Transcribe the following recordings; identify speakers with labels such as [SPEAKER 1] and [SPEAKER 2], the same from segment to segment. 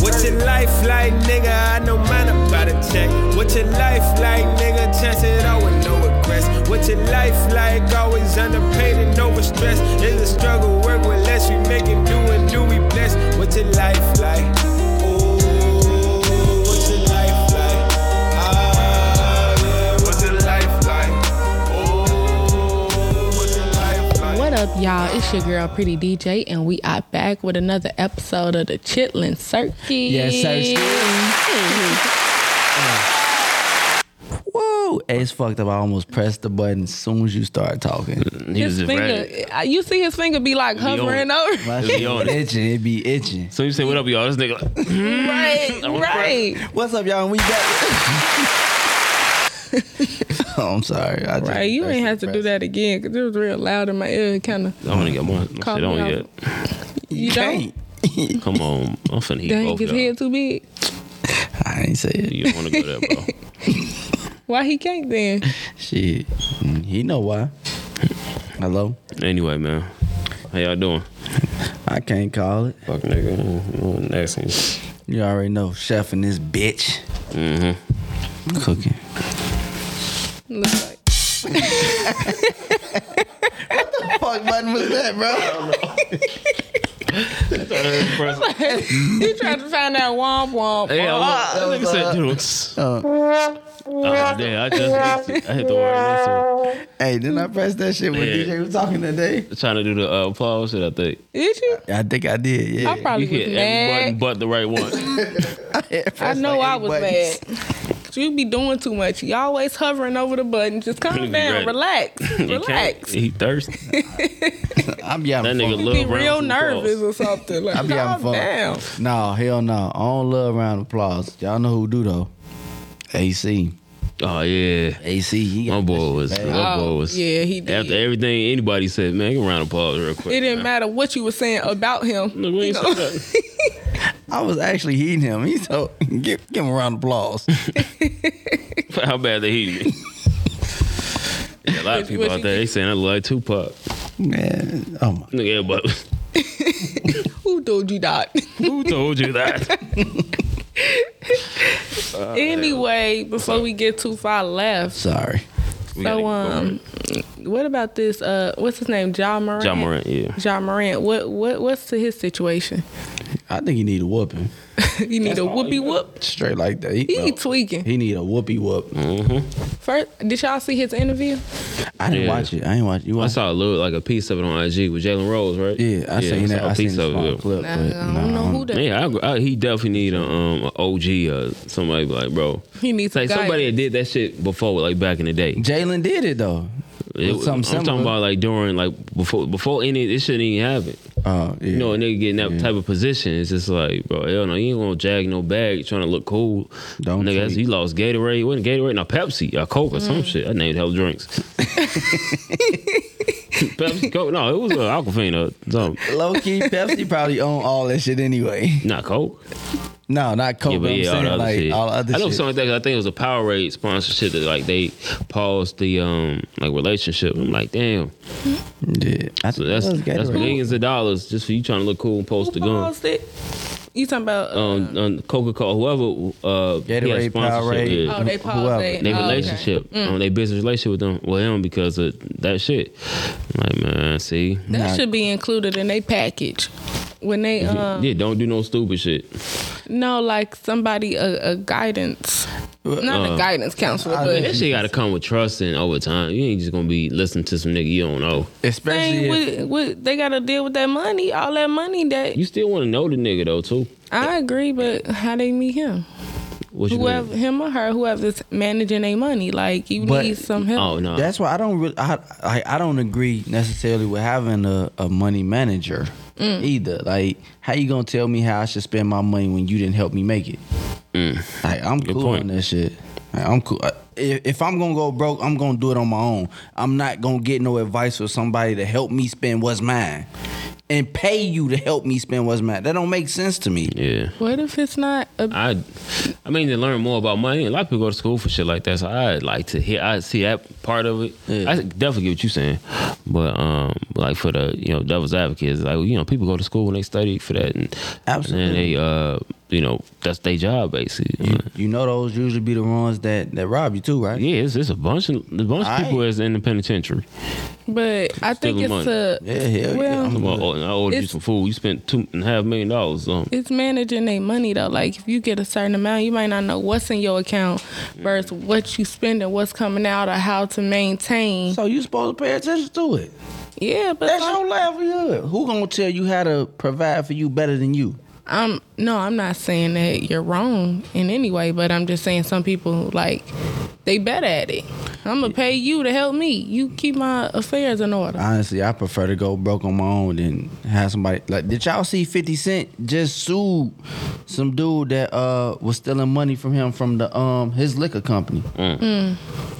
[SPEAKER 1] What's your life like, nigga? I know mine about a check. What's your life like, nigga? Chance it all with no regrets. What's your life like? Always underpaid and overstressed. It's a struggle, work with less. We make it do and do we bless. What's your life like? Ooh, what's your life like? Ah, yeah, what's your life like? Ooh, what's your life like?
[SPEAKER 2] What up, y'all? It's your girl, Pretty DJ, and we are back with another episode of the Chitlin Circuit.
[SPEAKER 3] Yes,
[SPEAKER 2] sir.
[SPEAKER 3] Whoa! Hey, it's fucked up. I almost pressed the button as soon as you started talking.
[SPEAKER 4] He was
[SPEAKER 2] His
[SPEAKER 4] just ready.
[SPEAKER 2] finger, uh, you see his finger be like hovering
[SPEAKER 4] on.
[SPEAKER 2] over.
[SPEAKER 3] My
[SPEAKER 4] Just
[SPEAKER 3] shit
[SPEAKER 4] yawn.
[SPEAKER 3] be itching. It be itching.
[SPEAKER 4] So you say, "What up, y'all?" This nigga, like,
[SPEAKER 2] Right,
[SPEAKER 4] was
[SPEAKER 2] right,
[SPEAKER 3] What's up, y'all? And we back. oh, I'm sorry. I just
[SPEAKER 2] right. You
[SPEAKER 3] pressed
[SPEAKER 2] ain't
[SPEAKER 3] the
[SPEAKER 2] have to do
[SPEAKER 3] press.
[SPEAKER 2] that again because it was real loud in my ear. Kind of,
[SPEAKER 4] I want to get my, my shit
[SPEAKER 2] Call
[SPEAKER 4] on
[SPEAKER 2] me
[SPEAKER 4] yet.
[SPEAKER 2] you don't.
[SPEAKER 3] Can't.
[SPEAKER 4] Come on, I'm finna eat
[SPEAKER 2] Dang,
[SPEAKER 4] both
[SPEAKER 2] his
[SPEAKER 4] y'all.
[SPEAKER 2] head too big.
[SPEAKER 3] I ain't say it.
[SPEAKER 4] You don't want to go there, bro.
[SPEAKER 2] Why he can't then?
[SPEAKER 3] Shit. Mm, He know why. Hello.
[SPEAKER 4] anyway, man, how y'all doing?
[SPEAKER 3] I can't call it.
[SPEAKER 4] Fuck nigga, next thing.
[SPEAKER 3] You already know. Chef and this bitch
[SPEAKER 4] Mm-hmm.
[SPEAKER 3] cooking.
[SPEAKER 2] Look like
[SPEAKER 3] Fuck button was that, bro?
[SPEAKER 2] he tried to find that womp womp.
[SPEAKER 4] Hey, I
[SPEAKER 2] womp.
[SPEAKER 4] want, that nigga
[SPEAKER 2] uh,
[SPEAKER 4] said, dude. tss. Oh, damn, I just hit you. I hit the word next to
[SPEAKER 3] Hey, didn't I press that shit when
[SPEAKER 4] Yeah.
[SPEAKER 3] DJ was talking today?
[SPEAKER 4] it. Trying to do the uh, applause shit, I think.
[SPEAKER 2] Did you?
[SPEAKER 3] I think I did. Yeah.
[SPEAKER 2] I probably
[SPEAKER 4] uh, You hit
[SPEAKER 2] was
[SPEAKER 4] every
[SPEAKER 2] mad.
[SPEAKER 4] button but the right one.
[SPEAKER 2] I know I was mad. You be doing too much. You always hovering over the button. Just calm
[SPEAKER 4] You
[SPEAKER 2] down,
[SPEAKER 4] ready.
[SPEAKER 2] relax,
[SPEAKER 4] You can't.
[SPEAKER 2] relax.
[SPEAKER 4] He thirsty.
[SPEAKER 3] I'm yeah.
[SPEAKER 4] That nigga
[SPEAKER 2] You be real
[SPEAKER 4] love rounds of applause.
[SPEAKER 2] nervous or something. Like,
[SPEAKER 3] I be having
[SPEAKER 2] calm
[SPEAKER 3] fun.
[SPEAKER 2] down.
[SPEAKER 3] No, hell no. I don't love round of applause. Y'all know who do though. AC.
[SPEAKER 4] Oh yeah.
[SPEAKER 3] AC. He
[SPEAKER 4] My
[SPEAKER 3] got
[SPEAKER 4] Oh, boy was. My boy
[SPEAKER 2] Oh,
[SPEAKER 4] was.
[SPEAKER 2] yeah, he did.
[SPEAKER 4] After everything anybody said, man, give a round of applause real quick.
[SPEAKER 2] It didn't
[SPEAKER 4] man.
[SPEAKER 2] matter what you were saying about him.
[SPEAKER 4] Look, we
[SPEAKER 2] You
[SPEAKER 4] ain't
[SPEAKER 2] know?
[SPEAKER 4] said nothing.
[SPEAKER 3] I was actually heating him. He so give, give him a round of applause.
[SPEAKER 4] How bad they hate me. Yeah, a lot of
[SPEAKER 2] What-
[SPEAKER 4] people
[SPEAKER 2] what
[SPEAKER 4] out
[SPEAKER 2] you
[SPEAKER 4] there, they saying I look like Tupac.
[SPEAKER 3] Man, oh my.
[SPEAKER 4] Nigga, everybody,
[SPEAKER 2] Who told you that?
[SPEAKER 4] who told you that?
[SPEAKER 2] anyway, before we get too far left,
[SPEAKER 3] Sorry.
[SPEAKER 4] We gotta
[SPEAKER 2] so
[SPEAKER 4] keep going.
[SPEAKER 2] um, what about this? Uh, what's his name? John Morant.
[SPEAKER 4] John Morant, yeah.
[SPEAKER 2] John Morant. What what what's to his situation?
[SPEAKER 3] I think he need a whooping.
[SPEAKER 2] He need a whoopee whoop.
[SPEAKER 3] Straight like that. He,
[SPEAKER 2] He
[SPEAKER 3] no.
[SPEAKER 2] tweaking.
[SPEAKER 3] He need a whoopee whoop.
[SPEAKER 4] Mm,
[SPEAKER 2] First, did y'all see his interview?
[SPEAKER 3] I didn't
[SPEAKER 4] Yeah.
[SPEAKER 3] watch it. I ain't watch it. You
[SPEAKER 4] I
[SPEAKER 3] watch
[SPEAKER 4] saw a little, like a piece of it on IG with Jalen Rose, right?
[SPEAKER 3] it? Yeah, I seen that.
[SPEAKER 4] saw a
[SPEAKER 3] I seen
[SPEAKER 4] piece
[SPEAKER 3] the
[SPEAKER 4] of
[SPEAKER 3] small
[SPEAKER 4] it.
[SPEAKER 3] clip.
[SPEAKER 2] I
[SPEAKER 3] but,
[SPEAKER 2] don't
[SPEAKER 3] no,
[SPEAKER 2] know who that.
[SPEAKER 4] Yeah, I, agree. I, he definitely need a, um, a OG or somebody like, bro.
[SPEAKER 2] He needs
[SPEAKER 4] It's like
[SPEAKER 2] some
[SPEAKER 4] somebody
[SPEAKER 2] guidance.
[SPEAKER 4] that did that shit before, like back in the day.
[SPEAKER 3] Jalen did it though.
[SPEAKER 4] It
[SPEAKER 3] With
[SPEAKER 4] was- I'm
[SPEAKER 3] something
[SPEAKER 4] talking
[SPEAKER 3] similar.
[SPEAKER 4] about like during, like before, before any, this shouldn't even happen.
[SPEAKER 3] Oh, yeah.
[SPEAKER 4] You know, a nigga getting that
[SPEAKER 3] Yeah.
[SPEAKER 4] type of position, it's just like, bro, hell no, you ain't gonna jag no bag trying to look cool.
[SPEAKER 3] Don't
[SPEAKER 4] nigga, that's,
[SPEAKER 3] tweet.
[SPEAKER 4] you lost Gatorade, wasn't Gatorade, no Pepsi, or Coke or
[SPEAKER 3] Mm.
[SPEAKER 4] some shit. I named hell drinks. Pepsi, Coke, no, it was an Aquafina, or something.
[SPEAKER 3] Low key, Pepsi probably own all that shit anyway.
[SPEAKER 4] Not Coke.
[SPEAKER 3] No, not Coke.
[SPEAKER 4] Yeah,
[SPEAKER 3] but
[SPEAKER 4] but yeah, all
[SPEAKER 3] I'm
[SPEAKER 4] the
[SPEAKER 3] saying
[SPEAKER 4] other
[SPEAKER 3] like
[SPEAKER 4] shit.
[SPEAKER 3] all other
[SPEAKER 4] I know
[SPEAKER 3] shit.
[SPEAKER 4] some of that. I think it was a Powerade sponsorship that like they paused the um like relationship. I'm like, damn,
[SPEAKER 3] Yeah, I
[SPEAKER 4] so that's
[SPEAKER 3] think that
[SPEAKER 4] that's
[SPEAKER 3] was Gatorade.
[SPEAKER 4] millions of dollars just for you trying to look cool and post
[SPEAKER 2] Who
[SPEAKER 4] the gun.
[SPEAKER 2] paused it? You talking about? uh,
[SPEAKER 4] Um, on Coca-Cola, whoever uh, had
[SPEAKER 3] Gatorade,
[SPEAKER 4] sponsorship,
[SPEAKER 3] Powerade.
[SPEAKER 4] yeah.
[SPEAKER 2] oh, they
[SPEAKER 3] wh-
[SPEAKER 2] paused
[SPEAKER 3] whoever.
[SPEAKER 2] it.
[SPEAKER 4] They
[SPEAKER 2] Oh, okay.
[SPEAKER 4] relationship, um, they business relationship with them, with him because of that shit. I'm Like man, see,
[SPEAKER 2] That
[SPEAKER 3] Nah.
[SPEAKER 2] should be included in their package. When they um
[SPEAKER 4] yeah, don't do no stupid shit.
[SPEAKER 2] no like somebody a, a guidance, not
[SPEAKER 4] uh,
[SPEAKER 2] a guidance counselor,
[SPEAKER 3] I
[SPEAKER 2] but
[SPEAKER 3] mean,
[SPEAKER 4] That shit got to come with trust and over time. You ain't just gonna be listening to some nigga you don't know.
[SPEAKER 3] Especially
[SPEAKER 2] thing
[SPEAKER 3] if-
[SPEAKER 2] with, with they got to deal with that money, all that money that
[SPEAKER 4] You still want to know the nigga though too.
[SPEAKER 2] I agree, but how they meet him,
[SPEAKER 4] What you
[SPEAKER 2] whoever
[SPEAKER 4] mean?
[SPEAKER 2] him or her, whoever's managing their money, like you
[SPEAKER 3] But-
[SPEAKER 2] need some help.
[SPEAKER 4] Oh no,
[SPEAKER 3] that's why I don't really I I, I don't agree necessarily with having a, a money manager either. Like, how you gonna tell me how I should spend my money when you didn't help me make it? Like, I'm cool
[SPEAKER 4] Mm. point.
[SPEAKER 3] on that shit. Like, I'm cool. I- If, if I'm gonna go broke, I'm gonna do it on my own. I'm not gonna get no advice from somebody to help me spend what's mine, and pay you to help me spend what's mine. That don't make sense to me.
[SPEAKER 4] yeah.
[SPEAKER 2] What if it's not a
[SPEAKER 4] I, I mean, to learn more about money. A lot of people go to school for shit like that. So I'd like to hear. I see that part of it.
[SPEAKER 3] Yeah.
[SPEAKER 4] I definitely get what you're saying, but um, like for the you know devil's advocates, like you know people go to school and they study for that, and
[SPEAKER 3] Absolutely.
[SPEAKER 4] and then they uh you know, that's their job basically.
[SPEAKER 3] You, you know those usually be the ones that that rob you too, right?
[SPEAKER 4] Yeah, it's, it's a bunch of a bunch of
[SPEAKER 3] Aight.
[SPEAKER 4] people that's in the penitentiary.
[SPEAKER 2] But I think it's
[SPEAKER 4] Stealing money.
[SPEAKER 2] a
[SPEAKER 3] Yeah, hell yeah.
[SPEAKER 2] well,
[SPEAKER 3] I'm
[SPEAKER 4] Come on, oh, and I ordered you
[SPEAKER 2] It's-
[SPEAKER 4] some food. You spent two and a half million dollars on.
[SPEAKER 2] it's managing their money though. Like if you get a certain amount, you might not know what's in your account versus what you spending, what's coming out, or how to maintain.
[SPEAKER 3] So you supposed to pay attention to it.
[SPEAKER 2] yeah, but
[SPEAKER 3] That's
[SPEAKER 2] some-
[SPEAKER 3] your livelihood. Who gonna tell you how to provide for you better than you?
[SPEAKER 2] I'm no, I'm not saying that you're wrong in any way, but I'm just saying some people like they bet at it. I'm gonna pay you to help me. You keep my affairs in order.
[SPEAKER 3] Honestly, I prefer to go broke on my own than have somebody like. Did y'all see Fifty Cent just sued some dude that uh was stealing money from him from the um his liquor company? Like,
[SPEAKER 2] Mm.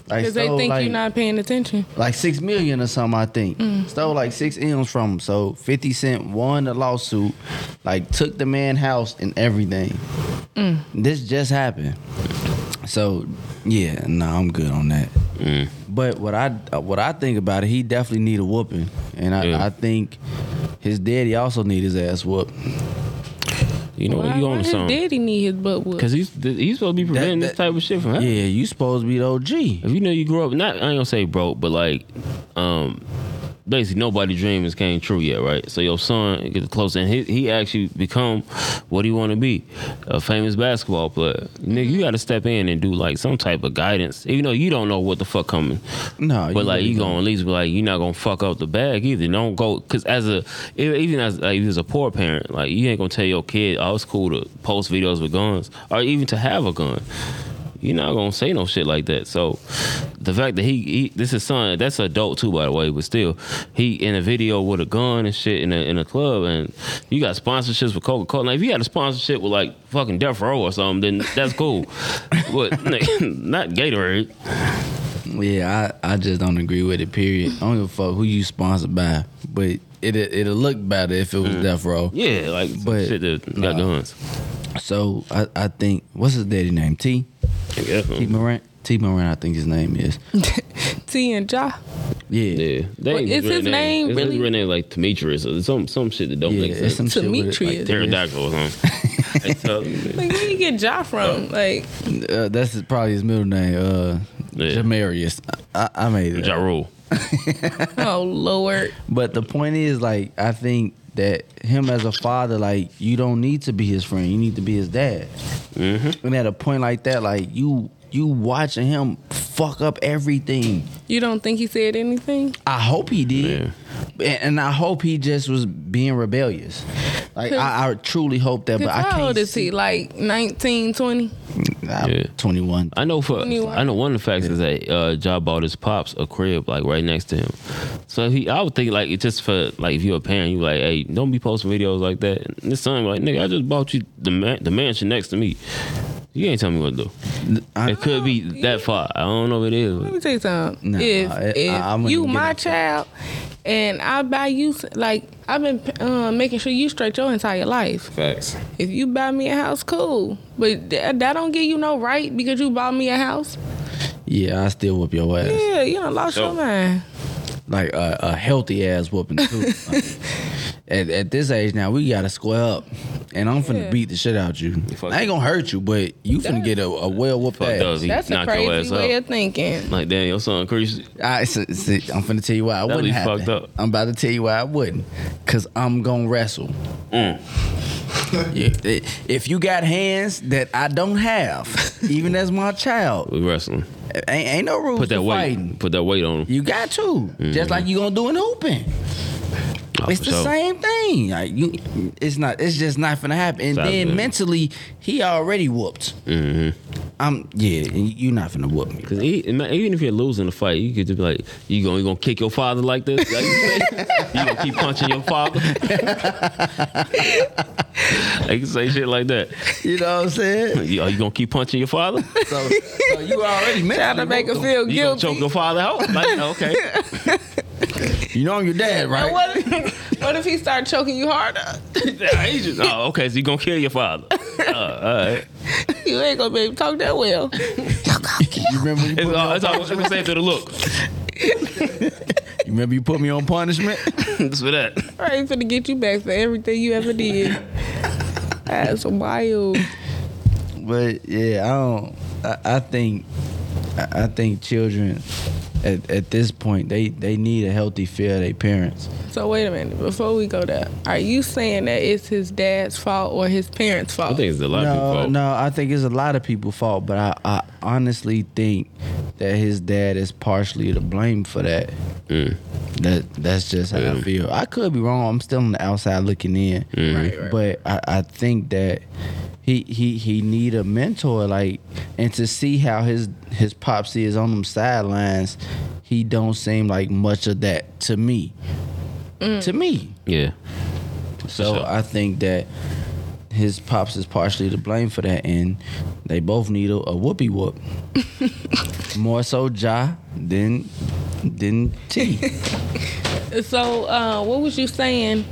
[SPEAKER 2] Because they
[SPEAKER 3] stole,
[SPEAKER 2] think
[SPEAKER 3] like-
[SPEAKER 2] you're not paying attention.
[SPEAKER 3] like six million or something, I think. Stole like six M's from him. So 50 Cent won the lawsuit, like took the man house and everything. This just happened. So yeah, no, I'm good on that.
[SPEAKER 4] Mm.
[SPEAKER 3] But what I uh, what I think about it, he definitely need a whooping, and I,
[SPEAKER 4] Yeah.
[SPEAKER 3] I think his daddy also need his ass whooped.
[SPEAKER 4] You know,
[SPEAKER 2] Why,
[SPEAKER 4] you
[SPEAKER 2] why
[SPEAKER 4] on
[SPEAKER 2] his
[SPEAKER 4] something.
[SPEAKER 2] daddy need his butt whooped?
[SPEAKER 4] Because he's he's supposed to be preventing
[SPEAKER 3] That-
[SPEAKER 4] this type of shit from happening.
[SPEAKER 3] Yeah, you supposed to be the OG.
[SPEAKER 4] If you know you grew up, not I ain't gonna say broke, but like, um, basically nobody's dream has came true yet, right? So your son gets close, and he he actually become what he want to be, a famous basketball player. Nigga, you got to step in and do like some type of guidance, even though you don't know what the fuck coming.
[SPEAKER 3] No,
[SPEAKER 4] But like
[SPEAKER 3] really
[SPEAKER 4] you
[SPEAKER 3] don't.
[SPEAKER 4] gonna at least be like you're not gonna fuck up the bag either. Don't go because as a e- even as like if as a poor parent, like you ain't gonna tell your kid, oh it's cool to post videos with guns or even to have a gun. You're not gonna say no shit like that. So the fact that he, he this is son, that's adult too by the way, but still he in a video with a gun and shit in a in a club and you got sponsorships with Coca Cola. Now if you got a sponsorship with like fucking Death Row or something, then that's cool. but nigga, not Gatorade.
[SPEAKER 3] Yeah, I, I just don't agree with it. Period. I don't give a fuck who you sponsored by, but it it'll look better if it was Death Row.
[SPEAKER 4] Yeah, like some
[SPEAKER 3] But,
[SPEAKER 4] shit that
[SPEAKER 3] nah.
[SPEAKER 4] got guns.
[SPEAKER 3] So I, I think what's his daddy name? T
[SPEAKER 4] Yeah.
[SPEAKER 3] T Morant. T Morant, I think his name is.
[SPEAKER 2] T and Ja.
[SPEAKER 3] Yeah,
[SPEAKER 4] Yeah. That ain't
[SPEAKER 2] is his name
[SPEAKER 4] It's
[SPEAKER 2] really-
[SPEAKER 4] His real name like Demetrius or some some shit that don't
[SPEAKER 3] yeah.
[SPEAKER 4] make
[SPEAKER 3] It's
[SPEAKER 4] sense.
[SPEAKER 3] some shit with it, like,
[SPEAKER 2] Demetrius.
[SPEAKER 4] Pterodactyl or something. I tell you,
[SPEAKER 2] Like where you get Ja from? Like
[SPEAKER 3] uh, that's his- probably his middle name. Uh,
[SPEAKER 4] Yeah.
[SPEAKER 3] Jamarius. I, I made it.
[SPEAKER 4] Ja
[SPEAKER 3] up.
[SPEAKER 4] Rule.
[SPEAKER 2] oh lord.
[SPEAKER 3] But the point is, like, I think that him as a father, like, you don't need to be his friend. You need to be his dad. Mm-hmm. And at a point like that, like, you you watching him fuck up everything.
[SPEAKER 2] You don't think he said anything?
[SPEAKER 3] I hope he did. And, and I hope he just was being rebellious. Like I, I truly hope that, but
[SPEAKER 2] Cause
[SPEAKER 3] I
[SPEAKER 2] how
[SPEAKER 3] can't.
[SPEAKER 2] old is
[SPEAKER 3] See,
[SPEAKER 2] he? Like 19, 20?
[SPEAKER 3] I'm
[SPEAKER 4] Yeah.
[SPEAKER 3] 21.
[SPEAKER 4] I know for
[SPEAKER 2] Anyone?
[SPEAKER 4] I know one of the facts is that uh, Ja bought his pops a crib like right next to him. So he, I would think like it's just for like if you're a parent, you like, hey, don't be posting videos like that. And his son be like, nigga, I just bought you the man, the mansion next to me. You ain't tell me what to do.
[SPEAKER 3] I-
[SPEAKER 4] it could be that far. I don't know if it is.
[SPEAKER 2] Let me tell you something.
[SPEAKER 3] Nah,
[SPEAKER 2] if
[SPEAKER 3] I-
[SPEAKER 2] if
[SPEAKER 3] I- I wouldn't
[SPEAKER 2] you
[SPEAKER 3] get
[SPEAKER 2] my
[SPEAKER 3] into it.
[SPEAKER 2] child and I buy you s- like I've been uh, making sure you straight your entire life.
[SPEAKER 4] Facts.
[SPEAKER 2] If you buy me a house, cool, but that, that don't give you no right because you bought me a house.
[SPEAKER 3] Yeah, I still whoop your ass.
[SPEAKER 2] Yeah, you done lost
[SPEAKER 4] So-
[SPEAKER 2] your mind.
[SPEAKER 3] Like a, a healthy ass whooping too. Like, at, at this age now, we gotta square up, and I'm finna
[SPEAKER 2] Yeah.
[SPEAKER 3] beat the shit out you.
[SPEAKER 4] Fuck
[SPEAKER 3] I ain't gonna hurt you, but you finna get a, a well whooped
[SPEAKER 4] Fuck does
[SPEAKER 3] ass.
[SPEAKER 4] he
[SPEAKER 2] That's a
[SPEAKER 4] knock your
[SPEAKER 2] crazy
[SPEAKER 4] ass
[SPEAKER 2] way
[SPEAKER 4] up?
[SPEAKER 2] of thinking.
[SPEAKER 4] Like damn, your son crazy.
[SPEAKER 3] I, s- s- I'm finna tell you why I
[SPEAKER 4] That'd
[SPEAKER 3] wouldn't
[SPEAKER 4] be
[SPEAKER 3] happen.
[SPEAKER 4] fucked up.
[SPEAKER 3] I'm about to tell you why I wouldn't, cause I'm gonna wrestle.
[SPEAKER 4] mm,
[SPEAKER 3] Yeah, i- if you got hands that I don't have, even as my child,
[SPEAKER 4] We wrestling.
[SPEAKER 3] ain't, ain't no rules
[SPEAKER 4] Put
[SPEAKER 3] to
[SPEAKER 4] that weight. Mm-hmm.
[SPEAKER 3] fighting.
[SPEAKER 4] Put that weight on him.
[SPEAKER 3] You got to, just like you gonna do in hooping.
[SPEAKER 4] Oh,
[SPEAKER 3] It's
[SPEAKER 4] for
[SPEAKER 3] the
[SPEAKER 4] sure.
[SPEAKER 3] same thing. Like you, it's not. It's just not gonna happen. And
[SPEAKER 4] Sounds
[SPEAKER 3] then
[SPEAKER 4] good.
[SPEAKER 3] mentally, he already whooped. Mm-hmm. I'm yeah. and You're not gonna whoop me.
[SPEAKER 4] Cause e- ima- even if you're losing the fight, you could just be like, you gonna you gonna kick your father like this? Like you, say? You gonna keep punching your father? They can say shit like that.
[SPEAKER 3] You know what I'm saying?
[SPEAKER 4] You, are you gonna keep punching your father?
[SPEAKER 3] So, so you already
[SPEAKER 2] Trying
[SPEAKER 3] mentally
[SPEAKER 2] to make
[SPEAKER 3] whooped
[SPEAKER 2] him
[SPEAKER 3] him.
[SPEAKER 2] feel
[SPEAKER 4] You gonna
[SPEAKER 2] guilty.
[SPEAKER 4] choke your father out? Like okay,
[SPEAKER 3] You know I'm your dad,
[SPEAKER 2] And
[SPEAKER 3] right?
[SPEAKER 2] what, if, what if he start choking you harder?
[SPEAKER 4] He just- oh okay, so you gonna kill your father? Uh, all right,
[SPEAKER 2] you ain't gonna be able to talk that well.
[SPEAKER 3] You remember when you,
[SPEAKER 4] it's
[SPEAKER 3] put,
[SPEAKER 4] all, it's all it's all safe to the look.
[SPEAKER 3] you remember you put me on punishment?
[SPEAKER 4] Just for that.
[SPEAKER 2] Right, finna get you back for everything you ever did. That's wild.
[SPEAKER 3] But yeah, I don't. I, I think, I, I think children, at, at this point, they they need a healthy fear of their parents.
[SPEAKER 2] So wait a minute. Before we go there, are you saying that it's his dad's fault or his parents' fault?
[SPEAKER 4] I think it's a lot of
[SPEAKER 3] No,
[SPEAKER 4] people.
[SPEAKER 3] no, I think it's a lot of people's fault, but I, I honestly think that his dad is partially to blame for that.
[SPEAKER 4] Mm.
[SPEAKER 3] That that's just how I
[SPEAKER 4] Yeah. Mm.
[SPEAKER 3] feel. I could be wrong. I'm still on the outside looking in,
[SPEAKER 2] Right, right.
[SPEAKER 3] but I, I think that he he he need a mentor, like, and to see how his his popsy is on them sidelines, he don't seem like much of that to me. To me,
[SPEAKER 4] Yeah.
[SPEAKER 3] so
[SPEAKER 4] sure.
[SPEAKER 3] I think that his pops is partially to blame for that, and they both need a, a whoopee whoop. More so Ja than than T.
[SPEAKER 2] So, uh, what was you saying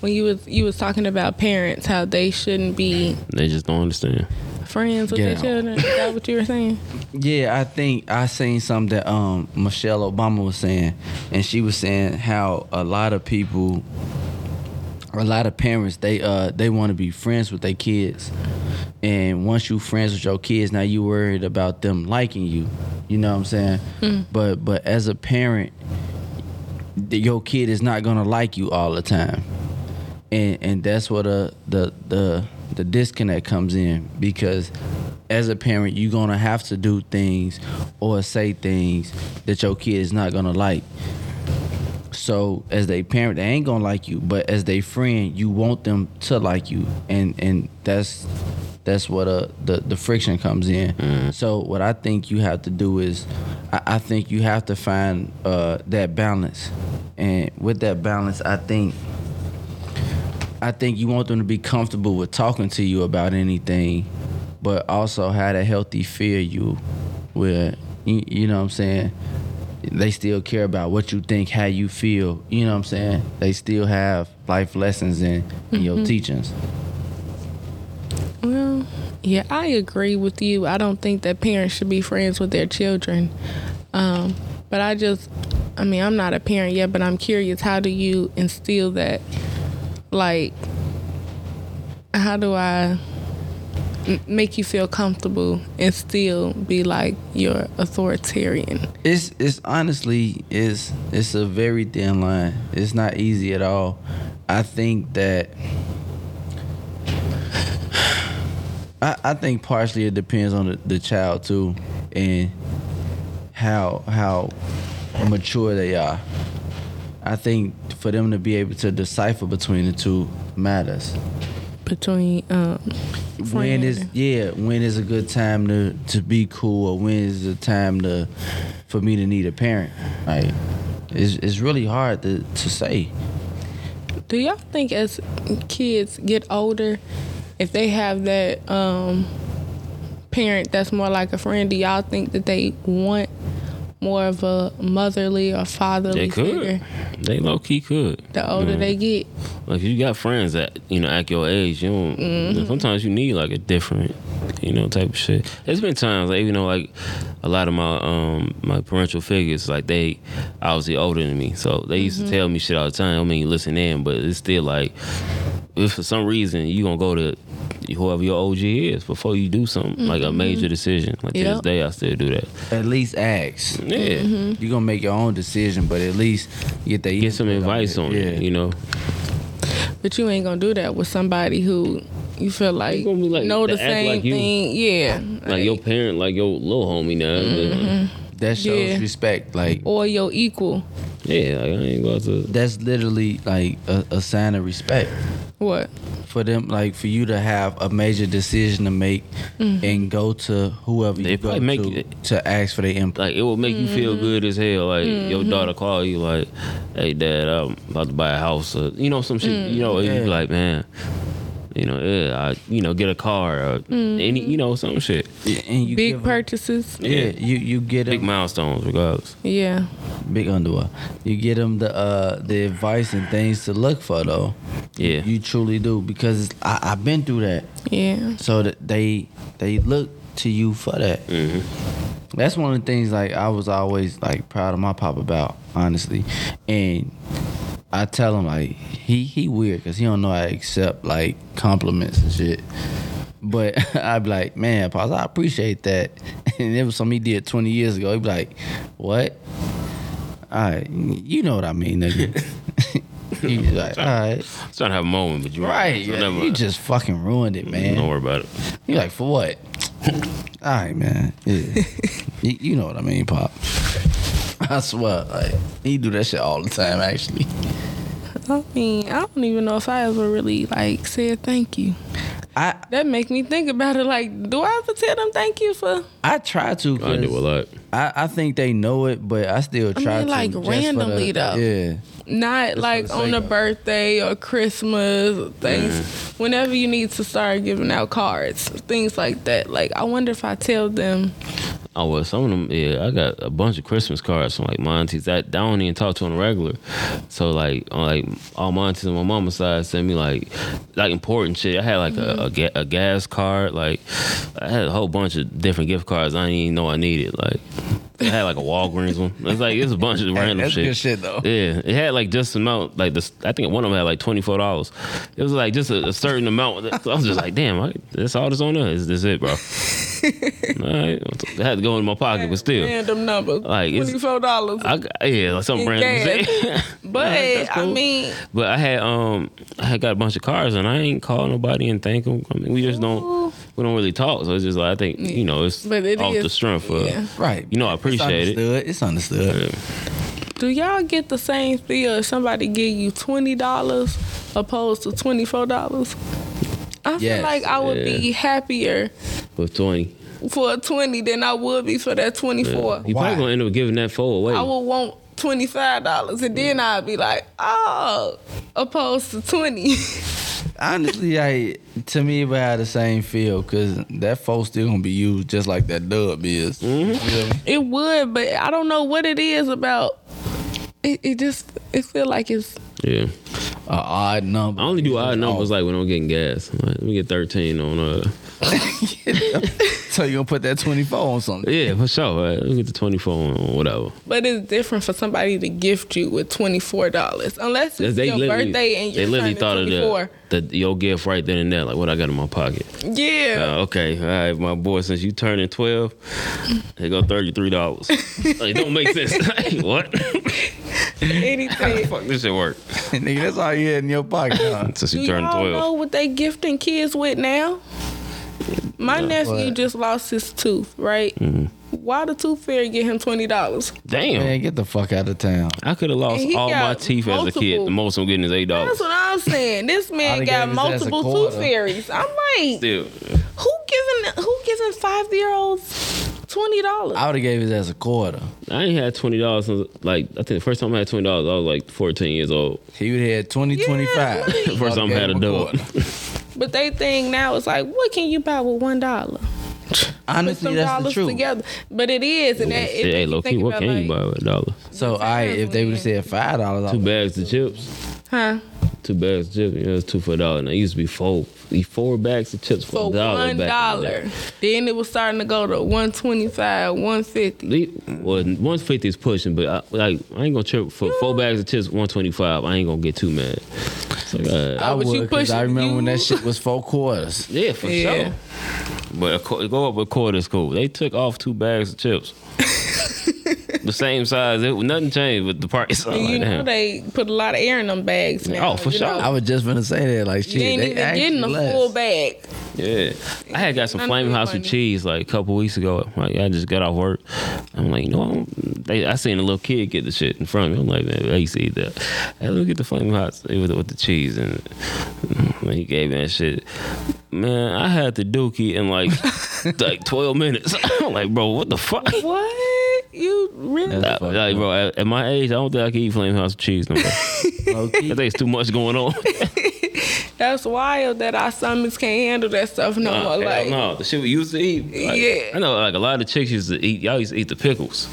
[SPEAKER 2] when you was you was talking about parents how they shouldn't be
[SPEAKER 4] They just don't understand.
[SPEAKER 2] friends with
[SPEAKER 3] Get
[SPEAKER 2] their
[SPEAKER 3] out.
[SPEAKER 2] children? Is that what you were saying?
[SPEAKER 3] yeah, I think I seen something that um, Michelle Obama was saying, and she was saying how a lot of people, a lot of parents, they uh they want to be friends with their kids, and once you friends with your kids, now you worried about them liking you. You know what I'm saying? But but as a parent, that your kid is not gonna like you all the time, and and that's where the the the the disconnect comes in because as a parent you're gonna have to do things or say things that your kid is not gonna like. So as they parent, they ain't gonna like you, but as they friend, you want them to like you, and and that's that's what uh, the the friction comes in. So what I think you have to do is, I, I think you have to find uh, that balance, and with that balance, I think I think you want them to be comfortable with talking to you about anything, but also have a healthy fear you where you, you know what I'm saying? They still care about what you think, how you feel, you know what I'm saying? They still have life lessons in, in your teachings.
[SPEAKER 2] Well, yeah, I agree with you. I don't think that parents should be friends with their children. Um, but I just, I mean, I'm not a parent yet, but I'm curious how do you instill that? Like, how do I m- make you feel comfortable and still be like your authoritarian?
[SPEAKER 3] It's it's honestly it's it's a very thin line. It's not easy at all. I think that I, I think partially it depends on the, the child too and how how mature they are. I think for them to be able to decipher between the two matters.
[SPEAKER 2] Between, um,
[SPEAKER 3] When
[SPEAKER 2] friend
[SPEAKER 3] is
[SPEAKER 2] and-
[SPEAKER 3] yeah, when is a good time to to be cool or when is the time to for me to need a parent? Like it's it's really hard to, to say.
[SPEAKER 2] Do y'all think as kids get older, if they have that um, parent that's more like a friend, do y'all think that they want more of a motherly or fatherly
[SPEAKER 4] They
[SPEAKER 2] figure
[SPEAKER 4] could. They low key could.
[SPEAKER 2] the older
[SPEAKER 4] Mm.
[SPEAKER 2] they get?
[SPEAKER 4] Like if you got friends that you know act your age, you don't.
[SPEAKER 2] Mm-hmm.
[SPEAKER 4] Sometimes you need like a different, you know, type of shit. There's been times like even though like a lot of my um my parental figures like they obviously older than me, so they used to
[SPEAKER 2] Mm-hmm.
[SPEAKER 4] tell me shit all the time. I mean, you listen in, but it's still like if for some reason you gonna go to whoever your OG is before you do something like a major decision. Like to
[SPEAKER 2] Mm-hmm. Yep.
[SPEAKER 4] this
[SPEAKER 2] Mm-hmm.
[SPEAKER 4] day, I still do that.
[SPEAKER 3] At least ask.
[SPEAKER 4] Yeah.
[SPEAKER 3] You're gonna make your own decision, but at least get the
[SPEAKER 4] Get some advice on
[SPEAKER 3] yeah.
[SPEAKER 4] it, you know.
[SPEAKER 2] But you ain't gonna do that with somebody who you feel like,
[SPEAKER 4] gonna be like-
[SPEAKER 2] know
[SPEAKER 4] they
[SPEAKER 2] the
[SPEAKER 4] act
[SPEAKER 2] same
[SPEAKER 4] like you.
[SPEAKER 2] thing. Yeah,
[SPEAKER 4] Like your parent, like your little homie now.
[SPEAKER 3] Mm-hmm. That shows
[SPEAKER 2] Yeah.
[SPEAKER 3] respect. Like
[SPEAKER 2] or your equal.
[SPEAKER 4] Yeah, like I ain't about to
[SPEAKER 3] that's literally like a, a sign of respect.
[SPEAKER 2] What?
[SPEAKER 3] For them, like for you to have a major decision to make,
[SPEAKER 2] Mm-hmm.
[SPEAKER 3] and go to whoever
[SPEAKER 4] They
[SPEAKER 3] you go
[SPEAKER 4] probably make
[SPEAKER 3] to
[SPEAKER 4] it-
[SPEAKER 3] to ask for their input.
[SPEAKER 4] like it will make you feel
[SPEAKER 3] Mm-hmm.
[SPEAKER 4] good as hell. Like your daughter call you like, "Hey dad, I'm about to buy a house," or you know some shit. You know, and you
[SPEAKER 3] Yeah.
[SPEAKER 4] be like, "Man, you know, yeah, I, you know, get a car or
[SPEAKER 3] Mm-hmm.
[SPEAKER 4] any, you know, some shit."
[SPEAKER 3] and you
[SPEAKER 2] Big
[SPEAKER 3] give 'em-
[SPEAKER 2] purchases.
[SPEAKER 3] Yeah, you you get
[SPEAKER 4] Big
[SPEAKER 3] them
[SPEAKER 4] milestones, regardless.
[SPEAKER 2] Yeah.
[SPEAKER 3] big underwear. You get them the uh, the advice and things to look for though.
[SPEAKER 4] Yeah.
[SPEAKER 3] you truly do because it's, I, I've been through that.
[SPEAKER 2] Yeah.
[SPEAKER 3] So that they they look to you for that.
[SPEAKER 4] Mm-hmm.
[SPEAKER 3] That's one of the things like I was always like proud of my pop about, honestly, and I tell him like he he weird because he don't know I accept like compliments and shit. But I'd be like, man, Pops, I appreciate that. And it was something he did 20 years ago. He'd be like, what? All right, you know what I mean, nigga. He'd be like, all right.
[SPEAKER 4] I was trying to have a moment, but you're
[SPEAKER 3] Right.
[SPEAKER 4] So
[SPEAKER 3] yeah,
[SPEAKER 4] never
[SPEAKER 3] you
[SPEAKER 4] mind.
[SPEAKER 3] just fucking ruined it, man.
[SPEAKER 4] Don't worry about it.
[SPEAKER 3] You like for what? All right, man. Yeah. you, you know what I mean, Pop. I swear, like he do that shit all the time. Actually,
[SPEAKER 2] I mean, I don't even know if I ever really like said thank you.
[SPEAKER 3] I
[SPEAKER 2] That make me think about it. Like, do I ever tell them thank you for?
[SPEAKER 3] I try to. 'cause
[SPEAKER 4] I do a lot.
[SPEAKER 3] I, I think they know it, but I still try
[SPEAKER 2] mean,
[SPEAKER 3] to.
[SPEAKER 2] like,
[SPEAKER 3] just for
[SPEAKER 2] randomly,
[SPEAKER 3] the-
[SPEAKER 2] though.
[SPEAKER 3] Yeah,
[SPEAKER 2] Not like
[SPEAKER 3] the
[SPEAKER 2] on
[SPEAKER 3] sake
[SPEAKER 2] a
[SPEAKER 3] of it.
[SPEAKER 2] birthday or Christmas or things. Whenever you need to start giving out cards, things like that. Like, I wonder if I tell them.
[SPEAKER 4] Oh well, some of them. Yeah, I got a bunch of Christmas cards from like my aunties that I don't even talk to on a regular. So like, on, like all my aunties on my mama's side sent me like like important shit. I had like a, a,
[SPEAKER 3] Mm-hmm.
[SPEAKER 4] ga- a gas card. Like I had a whole bunch of different gift cards. I didn't even know I needed. Like I had like a Walgreens one. It's like it's a bunch of random
[SPEAKER 3] that's
[SPEAKER 4] shit.
[SPEAKER 3] good shit though.
[SPEAKER 4] Yeah, it had like just amount like this. I think one of them had like twenty four dollars. It was like just a, a certain amount. So I was just like, damn, I, that's all that's on there. Is this it, bro? all right, I had to go in my pocket, but still,
[SPEAKER 2] Random number.
[SPEAKER 4] Like, it's-
[SPEAKER 2] twenty four dollars.
[SPEAKER 4] I got, yeah, like some
[SPEAKER 2] And
[SPEAKER 4] random.
[SPEAKER 2] gas.
[SPEAKER 4] shit.
[SPEAKER 2] But
[SPEAKER 4] That's
[SPEAKER 2] I
[SPEAKER 4] cool.
[SPEAKER 2] mean,
[SPEAKER 4] but I had um, I had got a bunch of cars, and I ain't call nobody and thank them. I mean, we just don't, we don't really talk. So it's just like I think you know, it's
[SPEAKER 2] But it
[SPEAKER 4] off
[SPEAKER 2] is-
[SPEAKER 4] the strength of
[SPEAKER 2] yeah.
[SPEAKER 3] right.
[SPEAKER 4] You know, I appreciate
[SPEAKER 3] it's
[SPEAKER 4] it.
[SPEAKER 3] understood. It's understood.
[SPEAKER 2] do y'all get the same feel if somebody give you twenty dollars opposed to twenty four dollars? I
[SPEAKER 3] Yes.
[SPEAKER 2] feel like I would
[SPEAKER 4] Yeah.
[SPEAKER 2] be happier
[SPEAKER 4] With twenty,
[SPEAKER 2] for a twenty than I would be for that twenty four.
[SPEAKER 4] you
[SPEAKER 3] Why?
[SPEAKER 4] probably gonna end up giving that four away.
[SPEAKER 2] I would want twenty five dollars, and then I'd be like, oh, opposed to twenty.
[SPEAKER 3] Honestly, I to me about had the same feel because that foe still gonna be used just like that dub is.
[SPEAKER 4] Mm-hmm.
[SPEAKER 3] You feel me?
[SPEAKER 2] it would, but I don't know what it is about. It, it just it feel like it's
[SPEAKER 4] yeah.
[SPEAKER 3] A odd number.
[SPEAKER 4] I only do odd numbers like when I'm getting gas. I'm like, let me get 13 on uh
[SPEAKER 3] so you gonna put that twenty four on something.
[SPEAKER 4] yeah for sure. Right? Let me get the 24 on or whatever.
[SPEAKER 2] But it's different for somebody to gift you with twenty four dollars, unless it's your
[SPEAKER 4] literally-
[SPEAKER 2] birthday and you're
[SPEAKER 4] they literally
[SPEAKER 2] turning
[SPEAKER 4] thought
[SPEAKER 2] twenty four.
[SPEAKER 4] of the, the your gift right then and there. Like what I got in my pocket.
[SPEAKER 2] Yeah,
[SPEAKER 4] Uh, okay, all right, my boy. Since you turning 12, they go 33 dollars. it don't make sense. Hey, what?
[SPEAKER 2] anything.
[SPEAKER 4] Fuck this shit work.
[SPEAKER 3] Nigga, that's all you had in your pocket. Huh?
[SPEAKER 4] Since
[SPEAKER 2] Do
[SPEAKER 4] you turning
[SPEAKER 2] y'all
[SPEAKER 4] 12,
[SPEAKER 2] know what they gifting kids with now? My nephew
[SPEAKER 3] What?
[SPEAKER 2] just lost his tooth, right?
[SPEAKER 4] Mm-hmm.
[SPEAKER 2] Why the tooth fairy get him twenty dollars?
[SPEAKER 4] damn.
[SPEAKER 3] Man, get the fuck out of town.
[SPEAKER 4] I could have lost
[SPEAKER 2] And he
[SPEAKER 4] all my
[SPEAKER 2] got
[SPEAKER 4] teeth as a kid.
[SPEAKER 2] multiple.
[SPEAKER 4] The most I'm getting is eight dollars.
[SPEAKER 2] That's what I'm saying. This man
[SPEAKER 3] Outta
[SPEAKER 2] got
[SPEAKER 3] gave his ass a
[SPEAKER 2] multiple
[SPEAKER 3] quarter.
[SPEAKER 2] tooth fairies. I'm like,
[SPEAKER 4] Still,
[SPEAKER 2] who giving who giving five year olds twenty dollars?
[SPEAKER 3] I would have gave his ass a quarter.
[SPEAKER 4] I ain't had twenty dollars since like I think the first time I had twenty dollars I was like 14 years old.
[SPEAKER 3] He would have had 20, 25.
[SPEAKER 2] really?
[SPEAKER 3] I'd've
[SPEAKER 4] First time I
[SPEAKER 3] gave
[SPEAKER 4] had a
[SPEAKER 3] him
[SPEAKER 4] dub.
[SPEAKER 3] quarter.
[SPEAKER 2] But they think now it's like, what can you buy with one dollar? Put
[SPEAKER 3] Honestly,
[SPEAKER 2] some
[SPEAKER 3] that's the
[SPEAKER 2] dollars
[SPEAKER 3] truth.
[SPEAKER 2] together. But it is, and that,
[SPEAKER 4] Shit,
[SPEAKER 2] it,
[SPEAKER 4] hey,
[SPEAKER 2] you
[SPEAKER 4] low key,
[SPEAKER 2] think
[SPEAKER 4] what
[SPEAKER 2] about,
[SPEAKER 4] can
[SPEAKER 2] like,
[SPEAKER 4] you buy with a dollar?
[SPEAKER 3] So, I if they would have said five dollars,
[SPEAKER 4] Two bags of chips.
[SPEAKER 2] Huh?
[SPEAKER 4] Two bags of chips. Yeah, it's two for a dollar. Now it used to be four. Four bags of chips for,
[SPEAKER 2] For
[SPEAKER 4] a dollar.
[SPEAKER 2] one
[SPEAKER 4] back in the
[SPEAKER 2] dollar. Then it was starting to go to one twenty five, one fifty.
[SPEAKER 4] day. Le- Well, one fifty is pushing, but I, like I ain't gonna trip for four bags of chips. One twenty five. I ain't gonna get too mad. So, uh,
[SPEAKER 3] I
[SPEAKER 2] was
[SPEAKER 3] would
[SPEAKER 2] you
[SPEAKER 3] because I
[SPEAKER 2] pushing
[SPEAKER 3] remember when
[SPEAKER 2] you?
[SPEAKER 3] that shit was four quarters.
[SPEAKER 4] yeah, for
[SPEAKER 2] Yeah.
[SPEAKER 4] sure. But a qu- go up a quarter is cool. They took off two bags of chips. the same size. It, nothing changed, but the price. I'm
[SPEAKER 2] And you
[SPEAKER 4] like,
[SPEAKER 2] know
[SPEAKER 4] damn.
[SPEAKER 2] they put a lot of air in them bags now.
[SPEAKER 4] Oh, for
[SPEAKER 2] you
[SPEAKER 4] sure.
[SPEAKER 2] know.
[SPEAKER 3] I was just gonna say that, like shit,
[SPEAKER 2] you ain't
[SPEAKER 3] they
[SPEAKER 2] even
[SPEAKER 3] actually
[SPEAKER 2] getting a
[SPEAKER 3] less.
[SPEAKER 2] full bag.
[SPEAKER 4] Yeah, I had got some
[SPEAKER 2] None of
[SPEAKER 4] flaming
[SPEAKER 2] it
[SPEAKER 4] house with
[SPEAKER 2] funny.
[SPEAKER 4] cheese like a couple weeks ago. Like I just got off work. I'm like, you know, I'm, they, I seen a little kid get the shit in front of me. I'm like, man, I used to eat that. Hey, let me get the flaming house with, with the cheese and when he gave me that shit. Man, I had the dookie in like like 12 minutes. I'm like, bro, what the fuck?
[SPEAKER 2] What? You really?
[SPEAKER 3] That's fucked
[SPEAKER 4] Like, bro, at, at my age, I don't think I can eat flaming house with cheese no more. I
[SPEAKER 3] Low-key.
[SPEAKER 4] think it's too much going on.
[SPEAKER 2] That's wild that our stomachs can't handle that stuff no
[SPEAKER 4] Nah,
[SPEAKER 2] more.
[SPEAKER 4] hell
[SPEAKER 2] Like,
[SPEAKER 4] no, the shit we used to eat. like,
[SPEAKER 2] Yeah.
[SPEAKER 4] I know, like a lot of chicks used to eat. Y'all used to eat the pickles.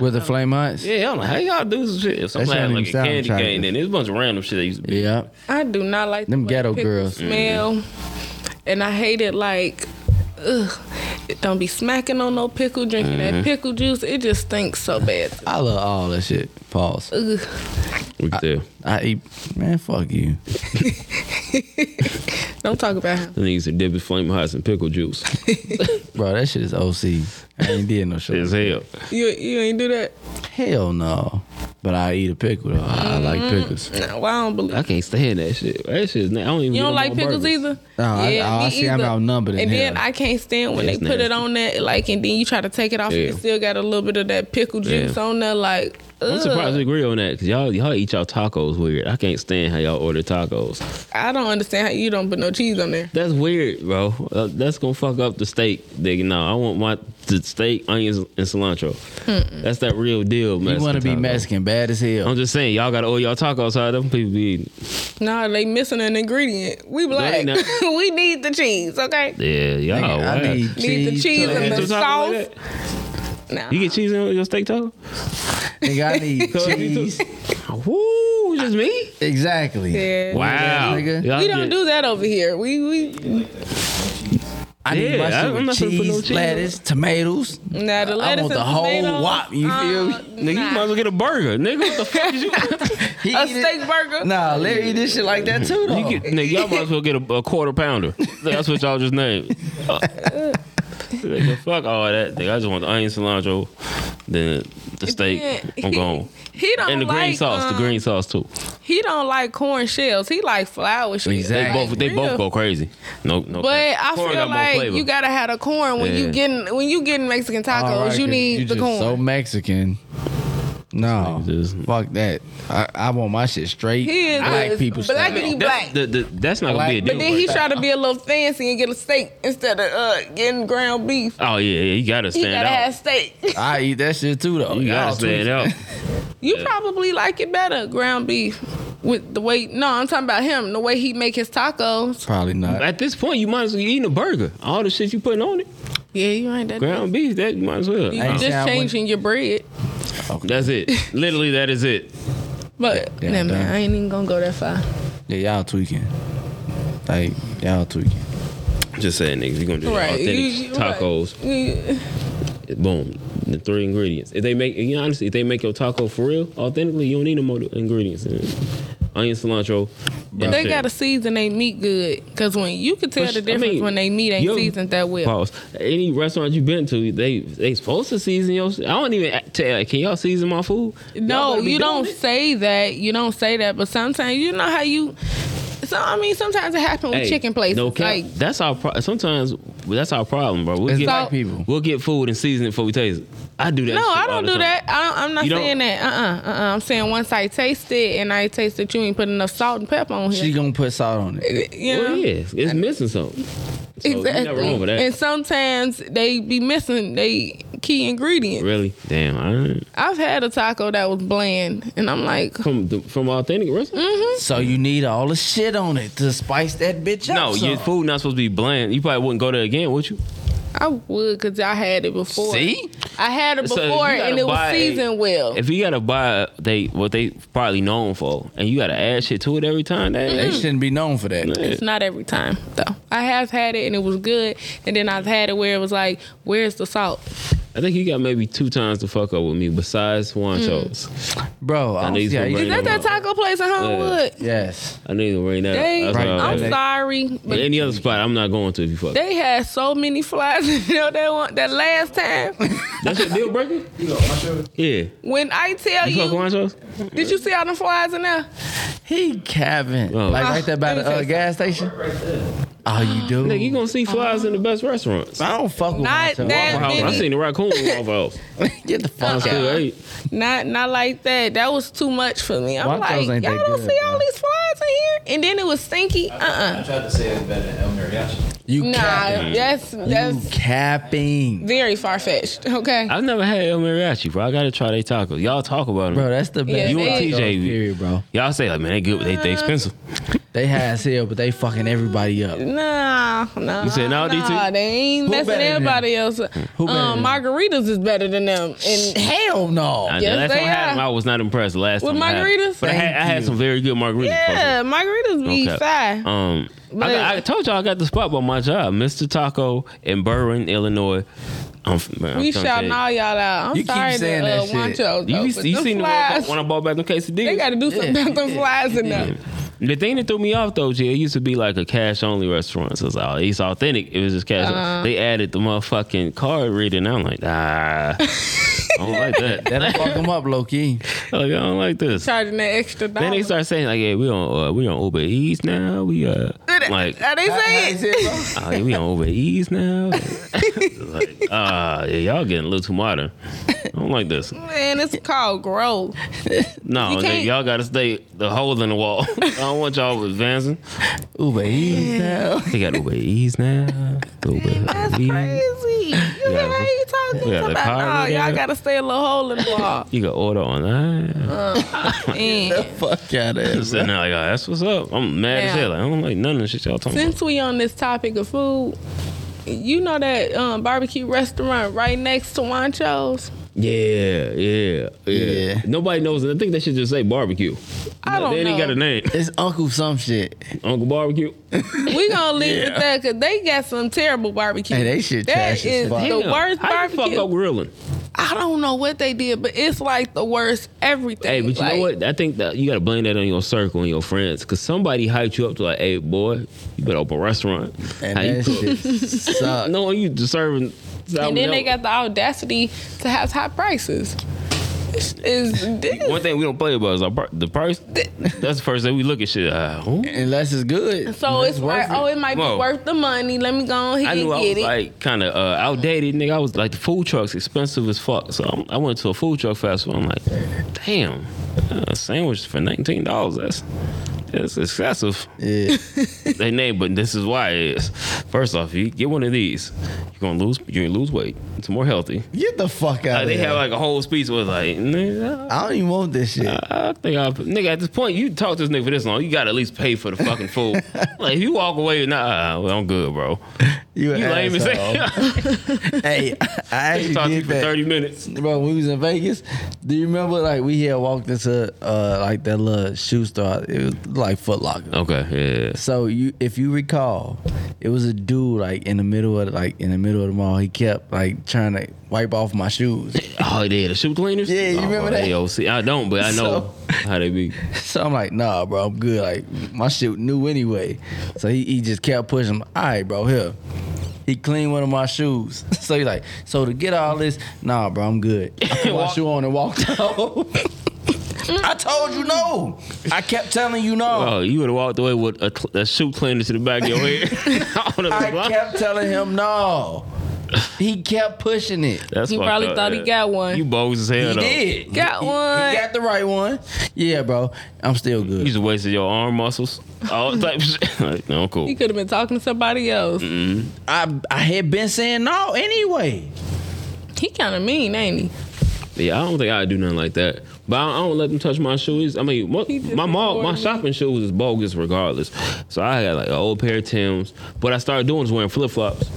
[SPEAKER 3] with the flame eyes.
[SPEAKER 4] Yeah, I'm like, how y'all do some shit? If somebody
[SPEAKER 3] shit
[SPEAKER 4] had
[SPEAKER 3] don't
[SPEAKER 4] like a
[SPEAKER 3] even sound
[SPEAKER 4] candy
[SPEAKER 3] attractive.
[SPEAKER 4] cane, then there's a bunch of random shit that used to be.
[SPEAKER 3] Yeah.
[SPEAKER 2] I do not like
[SPEAKER 3] Them
[SPEAKER 2] the way
[SPEAKER 3] ghetto
[SPEAKER 2] pickles
[SPEAKER 3] girls.
[SPEAKER 2] smell, and I hate it like. Ugh, It don't be smacking on no pickle,
[SPEAKER 4] Mm-hmm.
[SPEAKER 2] drinking that pickle juice. It just stinks so bad.
[SPEAKER 3] I love all that shit. Pause.
[SPEAKER 2] Ugh.
[SPEAKER 4] We get there.
[SPEAKER 3] I eat, man, fuck you.
[SPEAKER 2] Don't talk about him.
[SPEAKER 4] The niggas that dip his flame hot and pickle juice.
[SPEAKER 3] Bro, that shit is OC. I ain't did no shit.
[SPEAKER 4] As hell.
[SPEAKER 2] You you ain't do that.
[SPEAKER 3] Hell no. But I eat a pickle though. I like pickles.
[SPEAKER 2] No, well, I don't believe.
[SPEAKER 4] I can't stand that shit. That shit is na- I don't even
[SPEAKER 2] You
[SPEAKER 4] get
[SPEAKER 2] don't
[SPEAKER 4] no
[SPEAKER 2] like
[SPEAKER 4] more
[SPEAKER 2] pickles
[SPEAKER 4] burgers.
[SPEAKER 2] either.
[SPEAKER 3] No, Oh, I- I- I see I'm outnumbered in
[SPEAKER 2] And then
[SPEAKER 3] hell.
[SPEAKER 2] I can't stand when
[SPEAKER 4] Yeah,
[SPEAKER 2] they
[SPEAKER 4] it's
[SPEAKER 2] put it
[SPEAKER 4] nasty.
[SPEAKER 2] on that, like, and then you try to take it off, and
[SPEAKER 4] Yeah.
[SPEAKER 2] it still got a little bit of that pickle
[SPEAKER 4] Yeah.
[SPEAKER 2] juice on there. Like,
[SPEAKER 4] I'm
[SPEAKER 2] ugh.
[SPEAKER 4] surprised we agree on that because y'all y'all eat y'all tacos weird. I can't stand how y'all order tacos.
[SPEAKER 2] I don't understand how you don't put no cheese on there.
[SPEAKER 4] That's weird, bro. Uh, that's gonna fuck up the steak. Nigga, no, I want my the steak, onions, and cilantro.
[SPEAKER 2] Hmm.
[SPEAKER 4] That's that real deal.
[SPEAKER 3] You want to be
[SPEAKER 4] taco. Oh,
[SPEAKER 3] Mexican bad as hell.
[SPEAKER 4] I'm just saying, y'all gotta order y'all tacos how them people be eating.
[SPEAKER 2] Nah, they missing an ingredient. We black.
[SPEAKER 4] ain't nothing.
[SPEAKER 2] we need the cheese, okay?
[SPEAKER 4] Yeah, y'all.
[SPEAKER 3] Nigga,
[SPEAKER 4] wild.
[SPEAKER 3] I need,
[SPEAKER 2] Need the cheese
[SPEAKER 4] You
[SPEAKER 2] and
[SPEAKER 4] get
[SPEAKER 2] the
[SPEAKER 4] your taco like
[SPEAKER 2] sauce.
[SPEAKER 4] that?
[SPEAKER 2] Nah.
[SPEAKER 4] You get cheese on your steak taco?
[SPEAKER 3] Nigga, I need
[SPEAKER 4] Cause you
[SPEAKER 3] cheese.
[SPEAKER 4] Woo, just me?
[SPEAKER 3] Exactly.
[SPEAKER 2] Yeah.
[SPEAKER 4] Wow.
[SPEAKER 3] nigga.
[SPEAKER 4] Y'all
[SPEAKER 2] We don't
[SPEAKER 4] get-
[SPEAKER 2] do that over here. We we
[SPEAKER 3] I need my
[SPEAKER 4] Yeah,
[SPEAKER 3] shit
[SPEAKER 4] I'm
[SPEAKER 3] with
[SPEAKER 4] not finna put no
[SPEAKER 3] cheese,
[SPEAKER 4] cheese on
[SPEAKER 3] lettuce, tomatoes.
[SPEAKER 2] nah the lettuce
[SPEAKER 3] I want the
[SPEAKER 2] and
[SPEAKER 3] whole
[SPEAKER 2] tomatoes,
[SPEAKER 3] wop. You feel
[SPEAKER 2] uh,
[SPEAKER 3] me?
[SPEAKER 4] Nigga, you might as well get a burger. Nigga, what the fuck is you?
[SPEAKER 3] He
[SPEAKER 2] nah. a
[SPEAKER 3] eat it.
[SPEAKER 2] steak burger.
[SPEAKER 3] Nah, Larry eat this shit like that too though.
[SPEAKER 4] You get, nigga, y'all might as well get a, a quarter pounder. That's what y'all just named. Uh, nigga, fuck all that. Nigga, I just want the onion cilantro, then the steak. I'm gone.
[SPEAKER 2] He don't
[SPEAKER 4] And the
[SPEAKER 2] like
[SPEAKER 4] green sauce, the
[SPEAKER 2] um,
[SPEAKER 4] green sauce too.
[SPEAKER 2] He don't like corn shells. He like flour shit.
[SPEAKER 4] They
[SPEAKER 3] Exactly.
[SPEAKER 2] Like,
[SPEAKER 4] both they both
[SPEAKER 2] real.
[SPEAKER 4] go crazy. No, no.
[SPEAKER 2] But I
[SPEAKER 4] Corn
[SPEAKER 2] feel
[SPEAKER 4] got more
[SPEAKER 2] like
[SPEAKER 4] flavor.
[SPEAKER 2] you gotta have the corn when
[SPEAKER 4] Yeah.
[SPEAKER 2] you getting when you getting Mexican tacos.
[SPEAKER 3] All right,
[SPEAKER 2] you
[SPEAKER 3] 'cause
[SPEAKER 2] need
[SPEAKER 3] you
[SPEAKER 2] the
[SPEAKER 3] just
[SPEAKER 2] corn.
[SPEAKER 3] So Mexican. No,
[SPEAKER 4] Just-
[SPEAKER 3] fuck that. I, I want my shit straight.
[SPEAKER 2] He is
[SPEAKER 3] black
[SPEAKER 2] is
[SPEAKER 3] people
[SPEAKER 2] black
[SPEAKER 3] style.
[SPEAKER 2] and he
[SPEAKER 4] That's,
[SPEAKER 2] black.
[SPEAKER 4] the, the, that's not gonna be a
[SPEAKER 3] Black.
[SPEAKER 4] deal.
[SPEAKER 2] But then he
[SPEAKER 4] breaker.
[SPEAKER 2] try to be a little fancy and get a steak instead of uh, getting ground beef.
[SPEAKER 4] Oh yeah, yeah, you gotta
[SPEAKER 2] He
[SPEAKER 4] stand
[SPEAKER 2] gotta
[SPEAKER 4] out.
[SPEAKER 2] have steak.
[SPEAKER 3] I eat that shit too though.
[SPEAKER 4] You gotta
[SPEAKER 3] Y'all
[SPEAKER 4] stand
[SPEAKER 3] tweaking.
[SPEAKER 4] out.
[SPEAKER 2] You probably like it better, ground beef, with the way. No, I'm talking about him. The way he make his tacos.
[SPEAKER 3] Probably not.
[SPEAKER 4] At this point, you might as well be eating a burger. All the shit you putting on it,
[SPEAKER 2] Yeah, you ain't that.
[SPEAKER 4] ground beef, that you might as well. Oh,
[SPEAKER 2] You
[SPEAKER 3] ain't saying I
[SPEAKER 2] just
[SPEAKER 3] wouldn't-
[SPEAKER 2] changing your bread.
[SPEAKER 4] That's it. Literally, that is it.
[SPEAKER 2] But
[SPEAKER 3] Yeah,
[SPEAKER 2] nah, man,
[SPEAKER 3] done.
[SPEAKER 2] I ain't even gonna go that far.
[SPEAKER 3] Yeah, y'all tweaking. Like y'all tweaking.
[SPEAKER 4] Just saying, niggas, you gonna do the
[SPEAKER 2] Right,
[SPEAKER 4] authentic
[SPEAKER 2] you- you- right.
[SPEAKER 4] tacos.
[SPEAKER 2] Yeah.
[SPEAKER 4] Boom, the three ingredients. If they make, you know, honestly, if they make your taco for real, authentically, you don't need no more ingredients. in it. Onion, cilantro. and
[SPEAKER 2] They
[SPEAKER 4] shit.
[SPEAKER 2] gotta season they meat good, cause when you can tell
[SPEAKER 4] But
[SPEAKER 2] the
[SPEAKER 4] sh- I
[SPEAKER 2] difference
[SPEAKER 4] mean,
[SPEAKER 2] when they meat ain't
[SPEAKER 4] you-
[SPEAKER 2] seasoned that well.
[SPEAKER 4] Pause. Any restaurant you been to, they they supposed to season your. I don't even tell. Can y'all season my food? Y'all
[SPEAKER 2] No,
[SPEAKER 4] better be
[SPEAKER 2] you
[SPEAKER 4] doing
[SPEAKER 2] don't
[SPEAKER 4] it.
[SPEAKER 2] say that. You don't say that. But sometimes you know how you. So I mean, sometimes it happens with
[SPEAKER 4] Hey,
[SPEAKER 2] chicken places.
[SPEAKER 4] No cap.
[SPEAKER 2] like
[SPEAKER 4] that's our pro- sometimes that's our problem, bro. We'll
[SPEAKER 3] It's
[SPEAKER 4] get,
[SPEAKER 3] black
[SPEAKER 2] So-
[SPEAKER 3] people.
[SPEAKER 4] we'll get food and season it before we taste it. I do that.
[SPEAKER 2] no,
[SPEAKER 4] shit
[SPEAKER 2] I
[SPEAKER 4] all
[SPEAKER 2] don't do
[SPEAKER 4] the time.
[SPEAKER 2] that. I don't, I'm not
[SPEAKER 4] You don't-
[SPEAKER 2] saying that. Uh uh-uh, uh. I'm saying once I taste it and I taste that you ain't put enough salt and pepper on
[SPEAKER 3] She
[SPEAKER 2] here.
[SPEAKER 3] gonna put salt on it.
[SPEAKER 2] You know?
[SPEAKER 4] Well, Oh, yeah, it's- it's missing something. So you
[SPEAKER 2] Exactly.
[SPEAKER 4] never wrong with that.
[SPEAKER 2] And sometimes they be missing they key ingredient.
[SPEAKER 4] Really? Damn. I,
[SPEAKER 2] I've had a taco that was bland, and I'm like,
[SPEAKER 4] from the, from authentic restaurant?
[SPEAKER 3] So you need all the shit on it to spice that bitch up.
[SPEAKER 4] No,
[SPEAKER 3] some.
[SPEAKER 4] your food not supposed to be bland. You probably wouldn't go there again, would you?
[SPEAKER 2] I would, cause I had it before.
[SPEAKER 3] See?
[SPEAKER 2] I had it
[SPEAKER 4] So,
[SPEAKER 2] before,
[SPEAKER 4] you gotta
[SPEAKER 2] and it was
[SPEAKER 4] buy a-
[SPEAKER 2] seasoned well.
[SPEAKER 4] If you gotta buy they what they probably known for, and you gotta add shit to it every time, that
[SPEAKER 3] They
[SPEAKER 2] Mm-hmm. Mm.
[SPEAKER 3] shouldn't be known for that.
[SPEAKER 4] Yeah.
[SPEAKER 2] It's not every time though. I have had it and it was good, and then I've had it where it was like, "Where's the salt?"
[SPEAKER 4] I think you got maybe two times to fuck up with me besides Juancho's.
[SPEAKER 2] Mm.
[SPEAKER 3] Bro, I
[SPEAKER 4] know
[SPEAKER 3] don't
[SPEAKER 4] you
[SPEAKER 3] see how
[SPEAKER 4] feel
[SPEAKER 3] you
[SPEAKER 2] Is
[SPEAKER 4] Bring
[SPEAKER 2] that
[SPEAKER 4] them
[SPEAKER 2] that
[SPEAKER 4] up.
[SPEAKER 2] taco place in Homewood?
[SPEAKER 3] Yes.
[SPEAKER 4] I need to ring that.
[SPEAKER 2] They,
[SPEAKER 4] up. That's
[SPEAKER 3] Right.
[SPEAKER 4] what I
[SPEAKER 2] I'm
[SPEAKER 4] was like.
[SPEAKER 2] sorry,
[SPEAKER 4] But
[SPEAKER 2] but
[SPEAKER 4] any other spot, I'm not going to if you fuck.
[SPEAKER 2] they had so many flies in there that one, that last time.
[SPEAKER 4] That's your deal breaker? Yeah.
[SPEAKER 2] When I tell
[SPEAKER 4] You fuck
[SPEAKER 2] you,
[SPEAKER 4] Juancho's?
[SPEAKER 2] did you see all the flies in there?
[SPEAKER 3] He Kevin.
[SPEAKER 4] Oh.
[SPEAKER 3] Like right there by
[SPEAKER 2] Let me
[SPEAKER 3] the
[SPEAKER 2] tell
[SPEAKER 3] uh,
[SPEAKER 2] you
[SPEAKER 3] gas station. Oh, you do?
[SPEAKER 4] Nigga, you gonna see
[SPEAKER 2] Um,
[SPEAKER 4] flies in the best restaurants.
[SPEAKER 3] I don't fuck with
[SPEAKER 2] Not
[SPEAKER 3] myself.
[SPEAKER 2] that
[SPEAKER 4] Waffle House. I
[SPEAKER 2] many.
[SPEAKER 4] seen the raccoon in Waffle House.
[SPEAKER 3] Get the
[SPEAKER 4] I
[SPEAKER 3] fuck
[SPEAKER 4] still
[SPEAKER 3] out.
[SPEAKER 4] ate.
[SPEAKER 2] Not not like that. That was too much for me. I'm
[SPEAKER 3] Waffle House
[SPEAKER 2] like,
[SPEAKER 3] ain't
[SPEAKER 2] y'all
[SPEAKER 3] that
[SPEAKER 2] don't
[SPEAKER 3] good,
[SPEAKER 2] see all
[SPEAKER 3] man.
[SPEAKER 2] these flies in here, and then it was stinky. Uh uh
[SPEAKER 5] I tried to say it's better than El Mariachi.
[SPEAKER 3] You
[SPEAKER 2] Nah,
[SPEAKER 3] capping.
[SPEAKER 2] that's
[SPEAKER 3] You
[SPEAKER 2] that's
[SPEAKER 3] capping.
[SPEAKER 2] very far fetched. Okay.
[SPEAKER 4] I've never had El Mariachi, bro. I gotta try their tacos. Y'all talk about them.
[SPEAKER 3] Bro, that's the best.
[SPEAKER 2] You and
[SPEAKER 3] tacos,
[SPEAKER 4] TJ, we-
[SPEAKER 3] Period, bro.
[SPEAKER 4] Y'all say like, man, they good, but they, they
[SPEAKER 2] Uh,
[SPEAKER 4] expensive.
[SPEAKER 3] They high as hell, but they fucking everybody up.
[SPEAKER 2] Nah, nah.
[SPEAKER 4] You said no, DT?
[SPEAKER 2] Nah, they ain't
[SPEAKER 3] Who
[SPEAKER 2] messing
[SPEAKER 3] better than
[SPEAKER 2] everybody else.
[SPEAKER 3] Who better
[SPEAKER 2] um,
[SPEAKER 3] than them?
[SPEAKER 2] margaritas is better than them. And
[SPEAKER 3] Hell no.
[SPEAKER 4] I,
[SPEAKER 2] Yes,
[SPEAKER 4] last
[SPEAKER 2] they
[SPEAKER 4] time I had
[SPEAKER 2] are.
[SPEAKER 4] them, I was not impressed. the Last
[SPEAKER 2] With
[SPEAKER 4] time I had them.
[SPEAKER 2] margaritas?
[SPEAKER 4] but I had, I
[SPEAKER 3] Thank
[SPEAKER 4] had
[SPEAKER 3] you.
[SPEAKER 4] some very good margaritas.
[SPEAKER 2] yeah, margaritas be
[SPEAKER 4] Okay.
[SPEAKER 2] fine.
[SPEAKER 4] Um, I,
[SPEAKER 2] But-
[SPEAKER 4] got- I told y'all I got the spot by my job, Mr. Taco in Berwyn, Illinois. I'm, f- man, I'm
[SPEAKER 2] we
[SPEAKER 4] trying to
[SPEAKER 2] shouting
[SPEAKER 4] tell
[SPEAKER 2] all y'all out. I'm
[SPEAKER 3] You keep
[SPEAKER 2] sorry
[SPEAKER 3] saying
[SPEAKER 2] to
[SPEAKER 3] that
[SPEAKER 2] uh,
[SPEAKER 3] shit.
[SPEAKER 2] want y'all,
[SPEAKER 4] You,
[SPEAKER 2] though,
[SPEAKER 4] you,
[SPEAKER 2] but
[SPEAKER 4] you
[SPEAKER 2] them
[SPEAKER 4] seen the
[SPEAKER 2] flies,
[SPEAKER 4] when I bought back them quesadillas.
[SPEAKER 2] They got to do something about them flies in there.
[SPEAKER 4] The thing that threw me off though, G, it used to be like a cash only restaurant. So it's all it's authentic. It was just cash.
[SPEAKER 2] Uh.
[SPEAKER 4] they added the motherfucking card reader, and I'm like, ah, I don't like that.
[SPEAKER 3] That'll fuck them up, low key.
[SPEAKER 4] Like, I don't like this.
[SPEAKER 2] Charging that extra dollar.
[SPEAKER 4] Then they start saying like, "Yeah, we on uh, we on Uber Eats now. We uh
[SPEAKER 2] Did it-
[SPEAKER 4] like,
[SPEAKER 2] are they saying it?
[SPEAKER 4] oh, yeah, we on Uber Eats now." like, ah, yeah, y'all getting a little too modern. I don't like this.
[SPEAKER 2] Man, it's called growth.
[SPEAKER 4] No,
[SPEAKER 2] You
[SPEAKER 4] nigga,
[SPEAKER 2] can't-
[SPEAKER 4] y'all got to stay the hole in the wall. I don't want y'all advancing.
[SPEAKER 3] Uber Eats now.
[SPEAKER 4] They got Uber Eats now. Uber
[SPEAKER 2] That's
[SPEAKER 4] Eats.
[SPEAKER 2] crazy. You
[SPEAKER 4] Yeah.
[SPEAKER 2] hear how you talking
[SPEAKER 4] Yeah, the car
[SPEAKER 2] about?
[SPEAKER 4] we
[SPEAKER 2] No, y'all
[SPEAKER 4] got.
[SPEAKER 2] got to stay a little hole in the wall.
[SPEAKER 4] You can order online.
[SPEAKER 2] Uh-huh. And
[SPEAKER 3] Fuck out of
[SPEAKER 4] So now, like, oh, that's what's up. I'm mad as
[SPEAKER 2] Now-
[SPEAKER 4] hell. Like, I don't like none of the shit y'all talking
[SPEAKER 2] since we on this topic of food, you know that um, barbecue restaurant right next to Wancho's?
[SPEAKER 4] about. Yeah, yeah, yeah,
[SPEAKER 3] Yeah.
[SPEAKER 4] Nobody knows. I think they should just say barbecue.
[SPEAKER 2] I don't
[SPEAKER 4] they ain't
[SPEAKER 2] know.
[SPEAKER 4] got a name.
[SPEAKER 3] It's Uncle some shit.
[SPEAKER 4] Uncle Barbecue.
[SPEAKER 2] We gonna leave it there because they got some terrible barbecue.
[SPEAKER 3] Hey, they shit
[SPEAKER 2] That
[SPEAKER 3] trash as
[SPEAKER 2] is
[SPEAKER 3] fuck.
[SPEAKER 2] the
[SPEAKER 4] Damn,
[SPEAKER 2] worst
[SPEAKER 4] how you
[SPEAKER 2] barbecue.
[SPEAKER 4] fuck up grilling.
[SPEAKER 2] I don't know what they did, but it's like the worst everything.
[SPEAKER 4] Hey, but you
[SPEAKER 2] Like,
[SPEAKER 4] know what? I think that you gotta blame that on your circle and your friends, cause somebody hyped you up to like, "Hey, boy, you better open a restaurant."
[SPEAKER 3] And
[SPEAKER 4] How you
[SPEAKER 3] that
[SPEAKER 4] cook?
[SPEAKER 3] shit suck.
[SPEAKER 4] No, you deserving.
[SPEAKER 2] And then they got the audacity to have high prices. It's, it's
[SPEAKER 4] One thing we don't play about is our, pri- the price. That's the first thing we look at shit. Uh, who?
[SPEAKER 3] Unless it's good.
[SPEAKER 2] so it's like,
[SPEAKER 3] worth it.
[SPEAKER 2] oh, it might
[SPEAKER 4] Whoa.
[SPEAKER 2] be worth the money. Let me go on here
[SPEAKER 4] I
[SPEAKER 2] and
[SPEAKER 4] knew I
[SPEAKER 2] get
[SPEAKER 4] was
[SPEAKER 2] it.
[SPEAKER 4] like kind of uh, outdated, nigga. I was like the food trucks expensive as fuck, so I'm, I went to a food truck festival. I'm like, damn, a sandwich for nineteen dollars. That's that's excessive.
[SPEAKER 3] Yeah.
[SPEAKER 2] oh,
[SPEAKER 4] they name, but this is why it is. First off, you get one of these, you're gonna lose you're gonna lose weight. It's more healthy.
[SPEAKER 3] Get the fuck out
[SPEAKER 4] Like,
[SPEAKER 3] of
[SPEAKER 4] Oh, they
[SPEAKER 3] here.
[SPEAKER 4] have like a whole speech with like, nigga,
[SPEAKER 3] I don't even want this shit.
[SPEAKER 4] Uh, I think I nigga at this point you talk to this nigga for this long, you gotta at least pay for the fucking food. like if you walk away, nah, well, I'm good, bro.
[SPEAKER 3] you an
[SPEAKER 4] You lame as
[SPEAKER 3] asshole.
[SPEAKER 4] hell.
[SPEAKER 3] hey, I actually
[SPEAKER 4] Talk to you
[SPEAKER 3] did
[SPEAKER 4] for
[SPEAKER 3] that.
[SPEAKER 4] thirty minutes.
[SPEAKER 3] Bro, when we was in Vegas, do you remember like we had walked into uh like that little shoe store? It was like Foot Locker.
[SPEAKER 4] Okay, yeah.
[SPEAKER 3] So you, if you recall, it was a dude like in the middle of like in the middle of the mall. He kept like trying to wipe off my shoes.
[SPEAKER 4] Oh, yeah, the shoe cleaners.
[SPEAKER 3] Yeah, you
[SPEAKER 4] oh,
[SPEAKER 3] remember that?
[SPEAKER 4] AOC. I don't, but I know how they be.
[SPEAKER 3] So I'm like, nah, bro, I'm good. Like my shit new anyway. So he, he just kept pushing. All right, bro, here. He cleaned one of my shoes. So he's like, so to get all this, nah, bro, I'm good. I put my
[SPEAKER 4] Walk-
[SPEAKER 3] shoe on and walked out. I told you no. I kept telling you no.
[SPEAKER 4] Oh, you would have walked away with a, cl- a shoe cleaner to the back of your head. On the
[SPEAKER 3] I
[SPEAKER 4] block.
[SPEAKER 3] kept telling him no. He kept pushing it.
[SPEAKER 4] That's
[SPEAKER 2] He
[SPEAKER 4] fucked
[SPEAKER 2] probably
[SPEAKER 4] up,
[SPEAKER 2] thought he
[SPEAKER 4] yeah.
[SPEAKER 2] got one.
[SPEAKER 4] You bogus as hell
[SPEAKER 3] He
[SPEAKER 4] though.
[SPEAKER 3] did.
[SPEAKER 2] Got
[SPEAKER 3] He- he-
[SPEAKER 2] one.
[SPEAKER 3] He got the right one. Yeah, bro. I'm still
[SPEAKER 4] You
[SPEAKER 3] good.
[SPEAKER 4] just wasted your arm muscles. All type of shit. Like, no, I'm cool.
[SPEAKER 2] He could have been talking to somebody else.
[SPEAKER 3] I I had been saying no anyway.
[SPEAKER 2] He kind of mean, ain't he?
[SPEAKER 4] Yeah, I don't think I'd do nothing like that. But I don't, I don't let them touch my shoes. I mean, my,
[SPEAKER 2] He just
[SPEAKER 4] my mall, my
[SPEAKER 2] ignored me.
[SPEAKER 4] shopping shoes is bogus regardless. So I had like an old pair of Tim's. But I started doing is wearing flip flops. How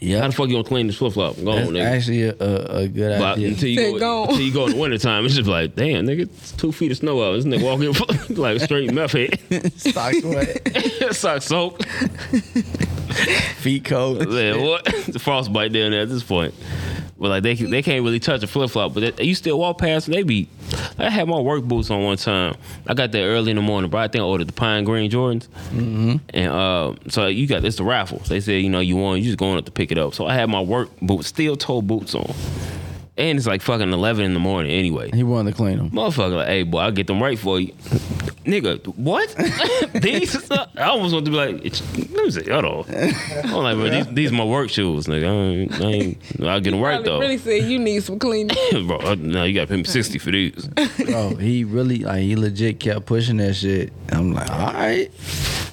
[SPEAKER 3] Yeah,
[SPEAKER 4] the fuck you gonna clean this flip flop? Go on,
[SPEAKER 3] that's
[SPEAKER 4] Oh, nigga.
[SPEAKER 3] actually a, a, a good
[SPEAKER 4] But
[SPEAKER 3] idea.
[SPEAKER 4] until, you
[SPEAKER 2] Said
[SPEAKER 4] go,
[SPEAKER 2] go on.
[SPEAKER 4] until you go in the wintertime, it's just like, damn, nigga, it's two feet of snow out. This nigga walking like straight meth head.
[SPEAKER 3] Socks wet,
[SPEAKER 4] Sock soap.
[SPEAKER 3] feet cold.
[SPEAKER 4] Man, what? It's a frostbite down there at this point. But like they they can't really touch a flip flop, but they, you still walk past and they be. I had my work boots on one time. I got there early in the morning, but I think I ordered the pine green Jordans. And uh, so you got it's the raffle. So they said you know you won, you just going up to pick it up. So I had my work boots, steel toe boots on, and it's like fucking eleven in the morning anyway.
[SPEAKER 3] He wanted to clean them.
[SPEAKER 4] Motherfucker, like, hey boy, I'll get them right for you. Nigga, what? these I almost want to be like, it's- let me say, hold on. I'm like, bro, these, these my work shoes, nigga. I ain't, I ain't, I'll get them right
[SPEAKER 2] Probably
[SPEAKER 4] though.
[SPEAKER 2] really said you need some cleaning.
[SPEAKER 4] bro, uh, no, you gotta pay me 60 for these.
[SPEAKER 3] Bro, he really like he legit kept pushing that shit. I'm like, all right.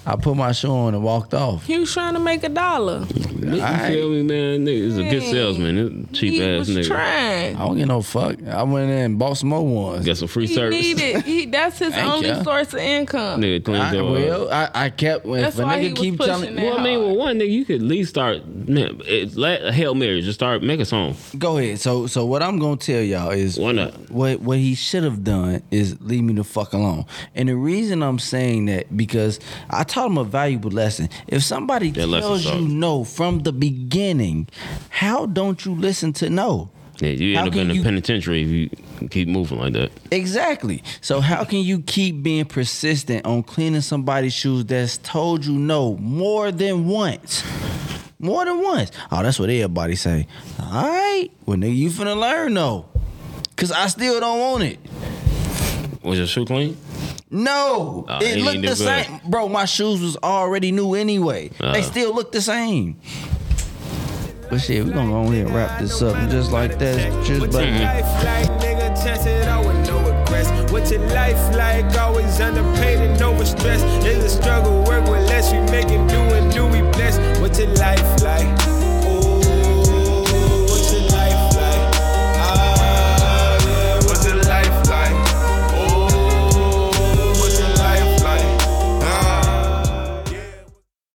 [SPEAKER 3] I put my shoe on and walked off.
[SPEAKER 2] He was trying to make a dollar.
[SPEAKER 6] nigga.
[SPEAKER 4] You
[SPEAKER 6] I,
[SPEAKER 4] feel me, man? Nigga, he's a good
[SPEAKER 2] Hey,
[SPEAKER 4] salesman. Cheap
[SPEAKER 2] he
[SPEAKER 4] ass
[SPEAKER 2] was
[SPEAKER 4] nigga.
[SPEAKER 2] trying.
[SPEAKER 6] I don't get no fuck. I went in and bought some more ones.
[SPEAKER 4] Got some free
[SPEAKER 2] He
[SPEAKER 4] service.
[SPEAKER 2] needed. He that's his
[SPEAKER 6] Thank
[SPEAKER 2] only
[SPEAKER 6] ya.
[SPEAKER 2] source of income.
[SPEAKER 4] Nigga, clean
[SPEAKER 6] I
[SPEAKER 4] your
[SPEAKER 6] will. I, I kept when
[SPEAKER 2] That's
[SPEAKER 6] if a
[SPEAKER 2] why he
[SPEAKER 6] nigga
[SPEAKER 2] was
[SPEAKER 6] keep
[SPEAKER 2] pushing
[SPEAKER 6] telling
[SPEAKER 2] that.
[SPEAKER 6] me
[SPEAKER 4] Well, I mean, well, one nigga, you could at least start man, it, let, Hail Mary, just start make a song.
[SPEAKER 3] Go ahead. So so what I'm gonna tell y'all is
[SPEAKER 4] Why not?
[SPEAKER 3] what what he should have done is leave me the fuck alone. And the reason I'm saying that because I taught him a valuable lesson. If somebody
[SPEAKER 4] That lesson
[SPEAKER 3] tells you
[SPEAKER 4] sucked.
[SPEAKER 3] no from the beginning, how don't you listen to no?
[SPEAKER 4] Yeah, you
[SPEAKER 3] How
[SPEAKER 4] end up
[SPEAKER 3] can
[SPEAKER 4] in the
[SPEAKER 3] you-
[SPEAKER 4] penitentiary if you keep moving like that.
[SPEAKER 3] Exactly. So how can you keep being persistent on cleaning somebody's shoes that's told you no more than once? More than once. Oh, that's what everybody say. All right, well nigga, you finna learn though, cause I still don't want it.
[SPEAKER 4] Was your shoe clean?
[SPEAKER 3] No,
[SPEAKER 4] Oh,
[SPEAKER 3] it
[SPEAKER 4] he
[SPEAKER 3] looked
[SPEAKER 4] ain't
[SPEAKER 3] the
[SPEAKER 4] do good.
[SPEAKER 3] same, bro. My shoes was already new anyway.
[SPEAKER 4] Uh.
[SPEAKER 3] They still look the same. But shit, we gonna go ahead and wrap this up and just like that. Cheers,
[SPEAKER 1] What's
[SPEAKER 3] buddy.
[SPEAKER 1] your
[SPEAKER 4] Mm-hmm.
[SPEAKER 1] life like, nigga? Chance it all with no regrets. What's your life like? Always underpaid and overstressed. It's a struggle, work with less. We make it do and do we bless. What's your life like? Ah, Ah,